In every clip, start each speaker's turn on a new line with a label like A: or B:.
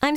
A: I'm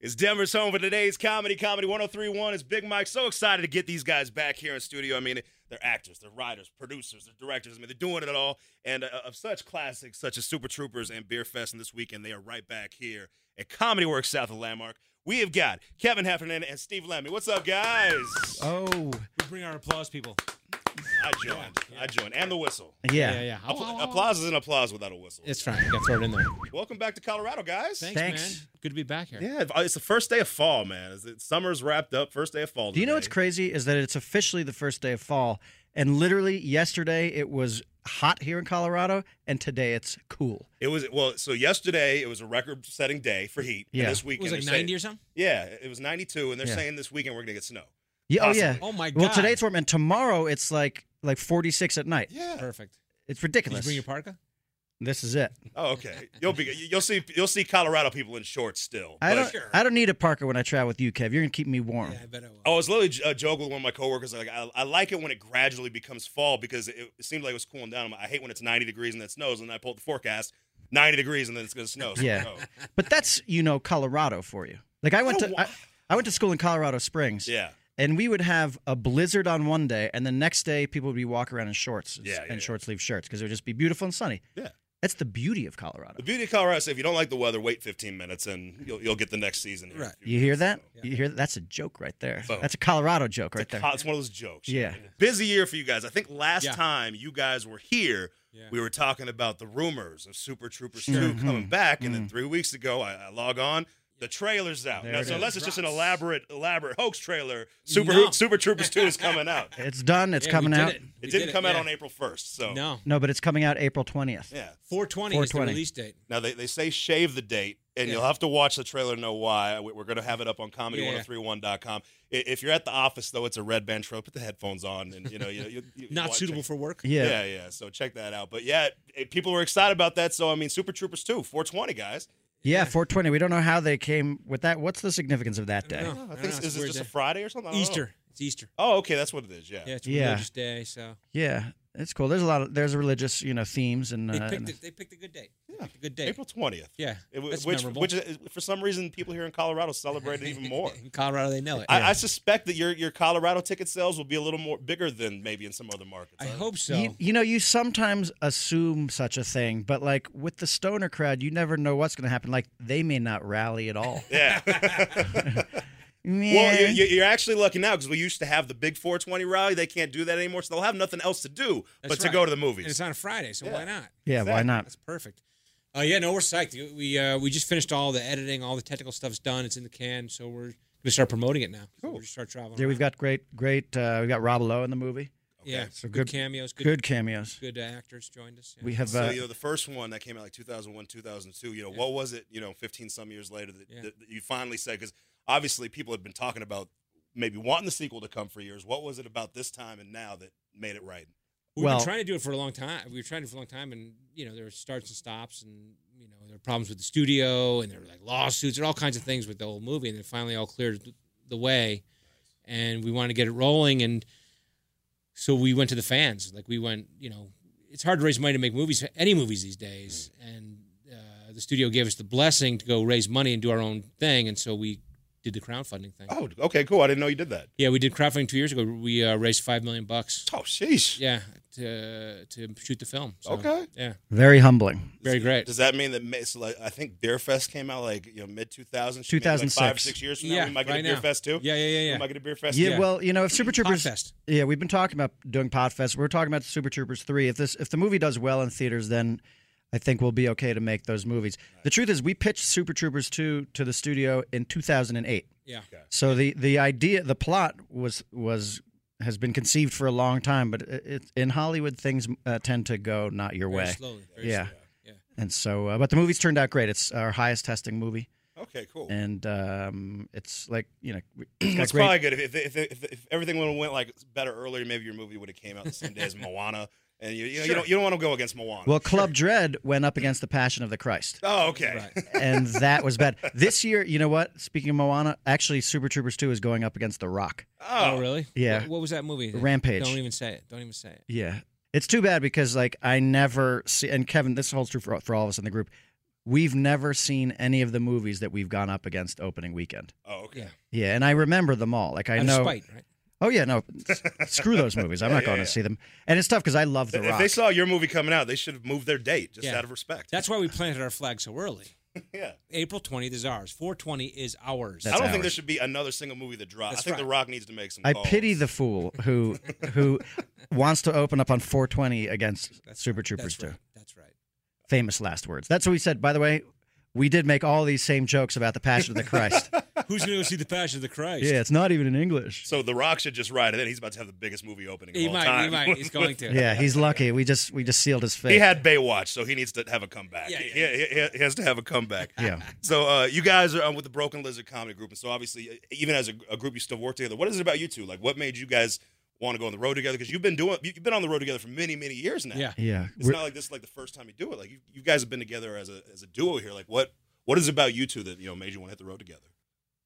B: It's Denver's home for today's comedy. Comedy 1031 is Big Mike. So excited to get these guys back here in studio. I mean, they're actors, they're writers, producers, they're directors. I mean, they're doing it all. And uh, of such classics such as Super Troopers and Beer Fest and this weekend, they are right back here at Comedy Works South of Landmark. We have got Kevin Heffernan and Steve Lemmy. What's up, guys?
C: Oh,
D: We bring our applause, people.
B: I joined. I joined. And the whistle. Oh.
C: yeah,
D: Yeah.
C: yeah. yeah.
B: Appla- applause is an applause without a whistle.
C: It's fine. You got to throw it in there.
B: Welcome back to Colorado, guys.
C: Thanks,
D: Thanks.
C: man. Good to be back here.
B: Yeah, it's the first day of fall, man. Is it- Summer's wrapped up. First day of fall.
E: Do you know what's
B: today.
E: crazy is that it's officially the first day of fall, and literally yesterday it was hot here in Colorado, and today it's cool.
B: It was well. So yesterday it was a record-setting day for heat.
E: Yeah.
B: And this
D: It
B: weekend
D: was like
B: they're saying-
D: 90 or something?
B: Yeah, it was 92, and they're
E: Yeah.
B: saying this weekend we're gonna get snow.
E: Yeah, oh yeah.
B: Possibly.
D: Oh, my God.
E: Well, today it's warm, and tomorrow it's like like 46 at night.
B: Yeah.
D: Perfect.
E: It's
D: Did you
E: ridiculous.
D: bring your parka?
E: this is it.
B: Oh, okay. You'll be you'll see you'll see Colorado people in shorts still.
E: I
B: But-
E: don't I don't need a parka when I travel with you, Kev. You're gonna keep me warm.
D: I bet I will.
B: I was literally j- uh, joking with one of my coworkers. Like, I, I like it when it gradually becomes fall because it, it seemed like it was cooling down. I'm like, I hate when it's 90 degrees and then it snows. And I pulled the forecast 90 degrees and then it's going to snow. So,
E: Yeah.
B: oh,
E: But that's you know Colorado for you. Like I
D: Oh,
E: went
B: I
E: to I,
B: wa-
E: I went to school in Colorado Springs.
B: yeah.
E: And we would have a blizzard on one day, and the next day people would be walking around in shorts
B: Yeah, yeah,
E: and
B: yeah.
E: short sleeve shirts because it would just be beautiful and sunny.
B: Yeah.
E: That's the beauty of Colorado.
B: The beauty of Colorado is if you don't like the weather, wait 15 minutes and you'll, you'll get the next season. here in a
D: Right.
B: few
E: You hear
B: minutes.
E: that?
B: So,
E: You hear that? That's a joke right there.
B: Boom.
E: That's a Colorado joke right
B: it's, a
E: there.
B: co- it's one of those jokes.
E: Yeah.
B: Busy year for you guys. I think last
D: Yeah.
B: time you guys were here,
D: Yeah. Mm-hmm.
B: we were talking about the rumors of Super Troopers
E: Sure.
B: 2 coming
E: Mhm.
B: back. And then three weeks ago, I, I log on. The trailer's out.
E: There
B: Now,
E: it
B: so
E: is.
B: unless it's just an
D: Drops.
B: elaborate, elaborate hoax trailer, Super
D: No.
B: Super Troopers 2 is coming out. It
E: It's done. It's
D: Yeah, we
E: coming
D: did
E: out.
D: It, We
B: didn't
D: did
B: come out
D: yeah.
B: on April 1st. So,
D: No.
E: No, but it's coming out April 20th.
B: yeah.
D: 420, is the
E: 420.
D: release date.
B: Now, they, they say shave the date, and
D: Yeah.
B: you'll have to watch the trailer to know why. We- We're going to have it up on comedy1031.com. I- If you're at the office, though, it's a red band trailer. Put the headphones on, and, you know, you, you, you
D: Not
B: watch
D: suitable
B: it.
D: for work.
E: Yeah.
B: Yeah. yeah, So check that out. But yeah, it, people were excited about that. So I mean, Super Troopers 2, 420 guys.
E: Yeah, 420. We don't know how they came with that. What's the significance of that
D: I
E: day?
D: don't know.
B: I
D: I
B: think
D: don't know,
B: is
D: it's
B: this
D: weird
B: just a
D: day.
B: Friday or something? I don't know.
D: Easter. It's Easter.
B: Oh, okay, that's what it is. Yeah.
D: Yeah, it's a
E: Yeah.
D: religious day, so.
E: Yeah, it's cool. There's a lot of there's religious you know themes and, uh,
D: They picked,
E: and-
D: it, they picked a good date. They
B: Yeah.
D: picked a good date.
B: April 20th.
D: Yeah.
B: It w-
D: that's
B: which,
D: memorable.
B: which is, for some reason people here in Colorado celebrate it even more.
D: In Colorado, they know it.
B: I, I suspect that your your Colorado ticket sales will be a little more bigger than maybe in some other markets.
D: I hope so.
E: You, you know, you sometimes assume such a thing, but like with the stoner crowd, you never know what's going to happen. Like they may not rally at all.
B: Yeah.
E: Man.
B: well, you, you- you're actually lucky now because we used to have the big 420 rally. They can't do that anymore, so they'll have nothing else to do
D: That's
B: but to
D: right.
B: go to the
D: And it's
B: movies.
D: on a Friday, so why not?
E: yeah, why not?
D: That's perfect. Uh, yeah, no, we're psyched. We uh, we just finished all the editing, all the technical stuff's done. It's in the can, so we're gonna start promoting it now. So We're gonna start traveling.
E: Yeah, we've
D: around.
E: got great, great. Uh, we got Rob Lowe in the movie.
D: yeah,
E: So
D: good,
E: good-
D: cameos,
E: Good,
D: good
E: cameos.
D: good, uh, actors joined us. yeah.
E: We have.
B: So
E: Uh,
B: you know the first one that came out like 2001, 2002. You know what was it? You know, 15 some years later that,
D: Yeah.
B: that, that you finally said because obviously people had been talking about maybe wanting the sequel to come for years. What was it about this time and now that made it right?
D: We've
E: well-
D: been trying to do it for a long time. We were trying to do it for a long time, and you know there were starts and stops, and you know there were problems with the studio, and there were like lawsuits and all kinds of things with the whole movie, and it finally all cleared the way, and we wanted to get it rolling, and so we went to the fans. Like we went, you know, it's hard to raise money to make movies, any movies these days, and uh, the studio gave us the blessing to go raise money and do our own thing, and so we did the crowdfunding thing.
B: Oh, okay, cool. I didn't know you did that.
D: Yeah, we did crowdfunding two years ago. We uh, raised five million bucks.
B: Oh, sheesh.
D: Yeah, to to shoot the film. So,
B: Okay.
D: Yeah,
E: very humbling.
D: very great.
B: Does that mean that ma- so like, I think Beer Fest came out like you know mid 2000s, maybe, like
E: 2006.
B: five six years from now
D: Yeah,
B: we might get
D: right
B: a Beer
D: now.
B: Fest too.
D: Yeah, yeah, yeah, yeah.
B: We might get a Beer Fest.
E: Yeah,
B: too.
E: well, you know, if Super Troopers,
D: Podfest.
E: yeah, we've been talking about doing Podfest. We're talking about Super Troopers three. If this, if the movie does well in theaters, then I think we'll be okay to make those movies. The truth is, we pitched Super Troopers two to the studio in 2008.
D: Yeah,
E: So the the idea, the plot was was has been conceived for a long time, but it, it, in Hollywood, things uh, tend to go not your
D: very
E: way.
D: slowly. Very
E: Yeah,
D: slowly. Yeah.
E: and so, uh, but the movie's turned out great. It's our highest testing movie.
B: Okay, cool.
E: and um, it's like you know we- it's got
B: That's
E: great-
B: probably good. If, if, if, if, if everything would've went like better earlier, maybe your movie would have came out the same day as Moana, and you you, know, you don't you don't want to go against Moana.
E: well Club Dread went up against the Passion of the Christ.
B: oh, okay.
D: Right.
E: and that was bad. This year, you know what? Speaking of Moana, actually, Super Troopers 2 is going up against The Rock.
D: Oh,
B: Oh,
D: really?
E: Yeah.
D: What, what was that movie? that-
E: Rampage.
D: Don't even say it. Don't even say it.
E: Yeah. It's too bad because, like, I never see, and Kevin, this holds true for, for all of us in the group. We've never seen any of the movies that we've gone up against opening weekend.
B: oh, okay.
D: Yeah.
E: Yeah. And I remember them all. Like, I
D: Out of
E: know.
D: spite, right?
E: Oh, yeah. No, s- screw those movies. I'm not
B: yeah,
E: going
B: yeah.
E: to see them. And it's tough because I love The
B: If
E: Rock.
B: they saw your movie coming out, they should have moved their date just
D: Yeah.
B: out of respect.
D: That's why we planted our flag so early.
B: yeah.
D: April 20th is ours. 420 is ours.
E: That's
B: I don't
E: ours.
B: think there should be another single movie that drops. I
D: That's
B: think
D: right.
B: The Rock needs to make some.
D: Oh.
E: I
B: calls.
E: pity the fool who who wants to open up on 420 against
D: That's
E: Super
D: right.
E: Troopers
D: That's
E: 2.
D: right. That's right.
E: famous last words. That's what we said. By the way, we did make all these same jokes about the Passion of the Christ.
D: Who's going to go see the Passion of the Christ?
E: yeah, it's not even in English.
B: So The Rock should just ride it in. He's about to have the biggest movie opening of
D: He
B: all
D: might.
B: time.
D: He might. He's going to.
E: Yeah, he's lucky. We just we just sealed his fate.
B: He had Baywatch, so he needs to have a comeback.
D: Yeah,
B: He-
D: yeah.
B: He, he- he has to have a comeback.
E: Yeah.
B: So uh, you guys are um, with the Broken Lizard Comedy Group, and so obviously, uh, even as a, a group, you still work together. What is it about you two? Like, what made you guys want to go on the road together? Because you've been doing, you- you've been on the road together for many, many years now.
D: Yeah.
E: Yeah,
B: It's not like this is like the first time you do it. Like you, you guys have been together as a as a duo here. Like what what is it about you two that you know made you want to hit the road together?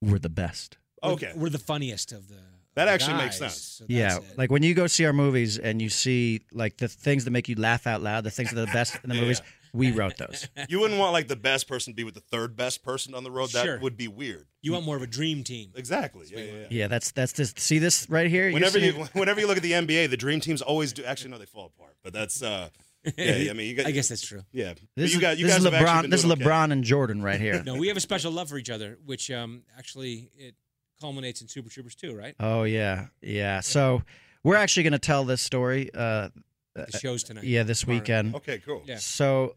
E: we're the best.
D: We're-
B: Okay.
D: We're, the funniest of the.
B: That
D: the
B: actually makes
D: guys,
B: sense.
D: so that's
E: Yeah,
D: it.
E: like when you go see our movies and you see like the things that make you laugh out loud, the things that are the best in the
B: Yeah.
E: movies, we wrote those.
B: You wouldn't want like the best person to be with the third best person on the road. That
D: Sure.
B: would be weird.
D: you want more of a dream team.
B: Exactly. Yeah, yeah, yeah.
E: Yeah, that's that's this. See this right here. You
B: Whenever
E: see-
B: you whenever you look at the NBA, the dream teams always do. Actually, no, they fall apart. But that's uh, yeah. I mean, you got,
D: I guess that's true.
B: yeah. But
E: this
B: you
E: is
B: got you
E: this
B: guys
E: is
B: have actually
E: LeBron.
B: been
E: This is
B: doing okay.
E: LeBron and Jordan right here.
D: No, we have a special love for each other, which um, actually it culminates in Super Troopers 2, right?
E: Oh yeah, yeah. So we're actually going to tell this story. Uh,
D: The show's tonight.
E: yeah, this
D: Tomorrow.
E: weekend.
B: Okay, cool.
D: Yeah.
E: So,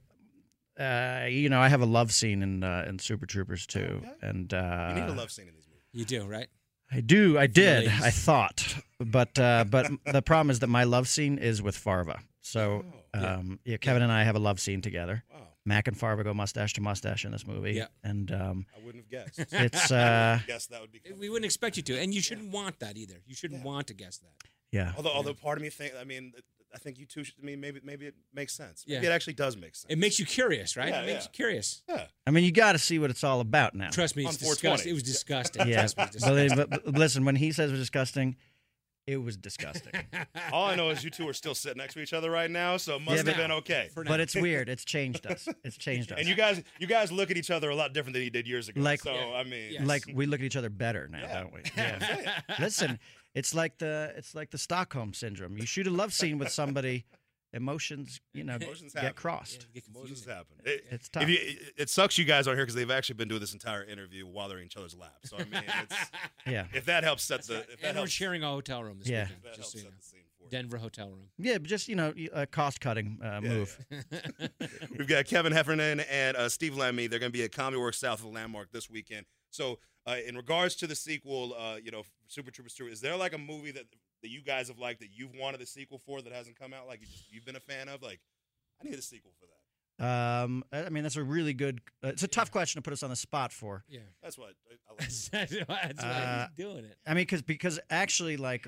E: uh, you know, I have a love scene in uh, in Super Troopers too,
B: Okay.
E: and uh,
B: You need a love scene in these movies.
D: You do, right?
E: I do, I did,
D: ladies.
E: I thought, but uh, but the problem is that my love scene is with Farva. So,
B: Oh.
D: Yeah.
E: um, yeah, Kevin and I have a love scene together.
B: Wow,
E: Mac and Farva go mustache to mustache in this movie,
D: Yeah.
E: and um,
B: I wouldn't have guessed.
E: it's uh,
B: guess that would be.
D: We wouldn't expect you to, and you shouldn't want that either. You shouldn't want to guess that.
E: yeah,
B: Although, although part of me think, I mean, I think you two. Should, I mean, maybe, maybe it makes sense. Maybe
D: Yeah.
B: it actually does make sense.
D: It makes you curious, right?
B: Yeah,
D: it makes
B: yeah.
D: you curious.
B: yeah.
E: I mean, you got to see what it's all about now.
D: Trust me,
B: On
D: it's disgusting.
B: 420.
D: It was disgusting.
E: yeah,
D: Trust me, it's
E: believe-
D: disgusting.
E: but, but listen, when he says it was disgusting, it was disgusting.
B: All I know is you two are still sitting next to each other right now, so it must
E: Yeah,
B: have been okay.
D: For
E: but
D: now.
E: it's weird. It's changed us. It's changed us.
B: And you guys, you guys look at each other a lot different than you did years ago.
E: Like-
B: so,
D: Yeah.
B: I mean,
D: Yes.
E: like we look at each other better now,
B: Yeah.
E: don't we? Yeah. Listen, it's like the it's like the Stockholm syndrome. You shoot a love scene with somebody, emotions, you know,
B: Emotions
E: get
B: happen.
E: crossed.
D: It gets
B: emotions
D: confusing.
B: happen. It,
E: It's
B: if
E: tough.
B: you, it- it sucks you guys are here because they've actually been doing this entire interview while they're in each other's laps. So I mean, it's,
E: Yeah.
B: if that helps set the, if that
D: and we're
B: helps,
D: sharing a hotel room this
E: Yeah.
D: weekend.
B: if that
D: Just
B: helps
D: so you
B: set
D: know.
B: the scene for you.
D: Denver hotel room.
E: Yeah, but just you know, y- a cost cutting uh, move.
B: We've got Kevin Heffernan and uh, Steve Lamy. They're going to be at Comedy Works South of the Landmark this weekend. So, uh, in regards to the sequel, uh, you know, Super Troopers 2, is there like a movie that, that you guys have liked that you've wanted the sequel for that hasn't come out? Like you just, you've been a fan of? Like, I need a sequel for that.
E: Um, I I mean, that's a really good. Uh, it's a tough question to put us on the spot for.
D: Yeah.
B: That's what I, I like.
D: That's why that's why
E: Uh,
D: he's doing it.
E: I mean, because because actually, like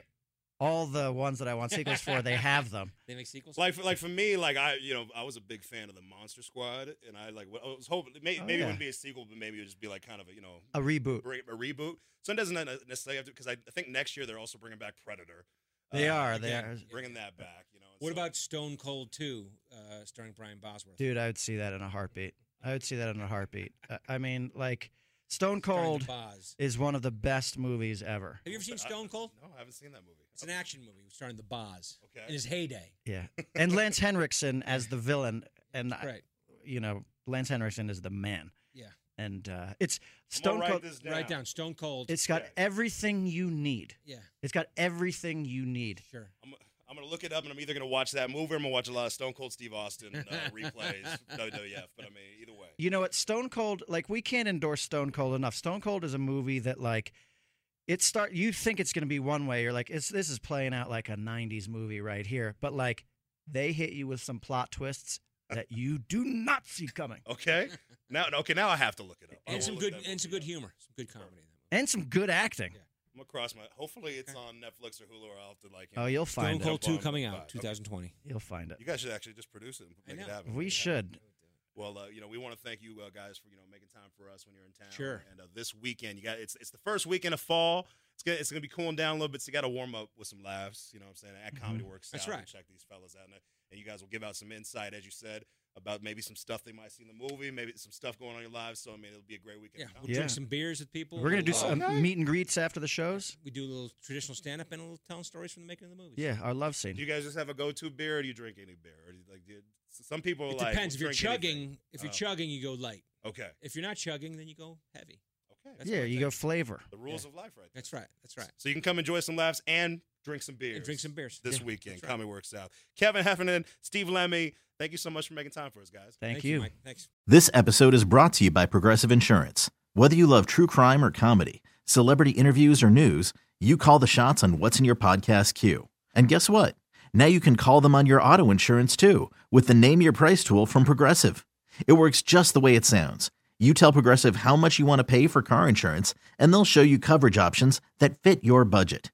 E: all the ones that I want sequels for, they have them.
D: They make sequels.
B: Like for, like for me, like I you know I was a big fan of the Monster Squad, and I like I was hoping may,
E: Oh,
B: maybe it
E: yeah.
B: wouldn't be a sequel, but maybe it would just be like kind of a you know
E: A reboot.
B: bring a reboot. So it doesn't necessarily have to because I, I think next year they're also bringing back Predator.
E: They
B: Uh,
E: are. They
D: again,
E: are.
B: bringing that back. You know. and
D: what
B: so-
D: about Stone Cold 2, uh, starring Brian Bosworth?
E: Dude, I would see that in a heartbeat. I would see that in a heartbeat. I, I mean, like Stone
D: Starring the
E: Cold
D: Boz.
E: is one of the best movies ever.
D: Have you ever seen Stone Cold?
B: No, Oh, I haven't seen that movie.
D: It's an action movie starring the Boz
B: Okay.
D: in his heyday.
E: Yeah. And Lance Henriksen as the villain and I-
D: Right.
E: you know, Lance Henriksen is the man.
D: Yeah.
E: And uh, it's
B: I'm
E: Stone
B: gonna write
E: Cold
B: this
D: Right down Stone Cold.
E: it's got
B: Yeah.
E: everything you need.
D: yeah,
E: It's got everything you need.
D: sure.
B: I'm, I'm gonna look it up, and I'm either gonna watch that movie, or I'm gonna watch a lot of Stone Cold Steve Austin uh, replays WWF. But I mean, either way.
E: You know what? Stone Cold, like we can't endorse Stone Cold enough. Stone Cold is a movie that like it start you think it's gonna be one way. You're like, it's this is playing out like a nineties movie right here. But like they hit you with some plot twists that you do not see coming.
B: Okay. Now, okay, now I have to look it up. I
D: and
B: will
D: some
B: look
D: good
B: that
D: and some
B: movie
D: good
B: up.
D: humor, some good comedy. in that movie.
E: and some good acting.
D: Yeah.
B: I'm across my. Hopefully, it's on Netflix or Hulu, or I'll have to like. you
E: Oh,
B: know-
E: you'll find
D: Stone
E: it.
D: Cold Two
B: Bond
D: coming
B: five.
D: out 2020.
E: You'll find it.
B: You guys should actually just produce it and
D: I
B: make it
D: know.
B: happen.
E: We should.
B: Well, uh, you know, we want to thank you uh, guys for you know making time for us when you're in town.
D: Sure.
B: And uh, this weekend, you got it's it's the first weekend of fall. It's gonna it's gonna be cooling down a little bit. So you got to warm up with some laughs. You know what I'm saying? At Comedy Works,
D: Mm-hmm. That's
B: South,
D: right.
B: and Check these fellas out, and, uh, and you guys will give out some insight, as you said, about maybe some stuff they might see in the movie, maybe some stuff going on in your lives. So I mean, it'll be a great weekend.
D: Yeah,
B: of
D: we'll
B: comedy.
E: Yeah.
D: drink some beers with people.
E: We're gonna do
D: We'll,
E: some
D: uh,
E: meet and greets after the shows.
D: We do a little traditional stand up and a little telling stories from the making of the movies.
E: Yeah, our love
B: Do
E: scene.
B: you guys just have a go-to beer, or do you drink any beer? Or do you, like, do you, some people
D: It
B: like
D: depends. If
B: will
D: you're
B: drink anything.
D: chugging, if you're
B: Oh.
D: chugging, you go light.
B: Okay.
D: If you're not chugging, then you go heavy.
B: Okay.
D: That's
E: Yeah,
D: my
E: you
D: thing.
E: go flavor.
B: the rules of life, right? There.
D: That's right. That's right.
B: So you can come enjoy some laughs and drink some beers.
D: And drink some beers.
B: this
D: Yeah,
B: weekend.
D: that's right.
B: Comedy Works South. Kevin Heffernan, Steve Lemmy, thank you so much for making time for us, guys.
E: Thank,
D: you.
E: you.
D: Mike. Thanks.
C: This episode is brought to you by Progressive Insurance. Whether you love true crime or comedy, celebrity interviews or news, you call the shots on what's in your podcast queue. And guess what? Now you can call them on your auto insurance too with the Name Your Price tool from Progressive. It works just the way it sounds. You tell Progressive how much you want to pay for car insurance, and they'll show you coverage options that fit your budget.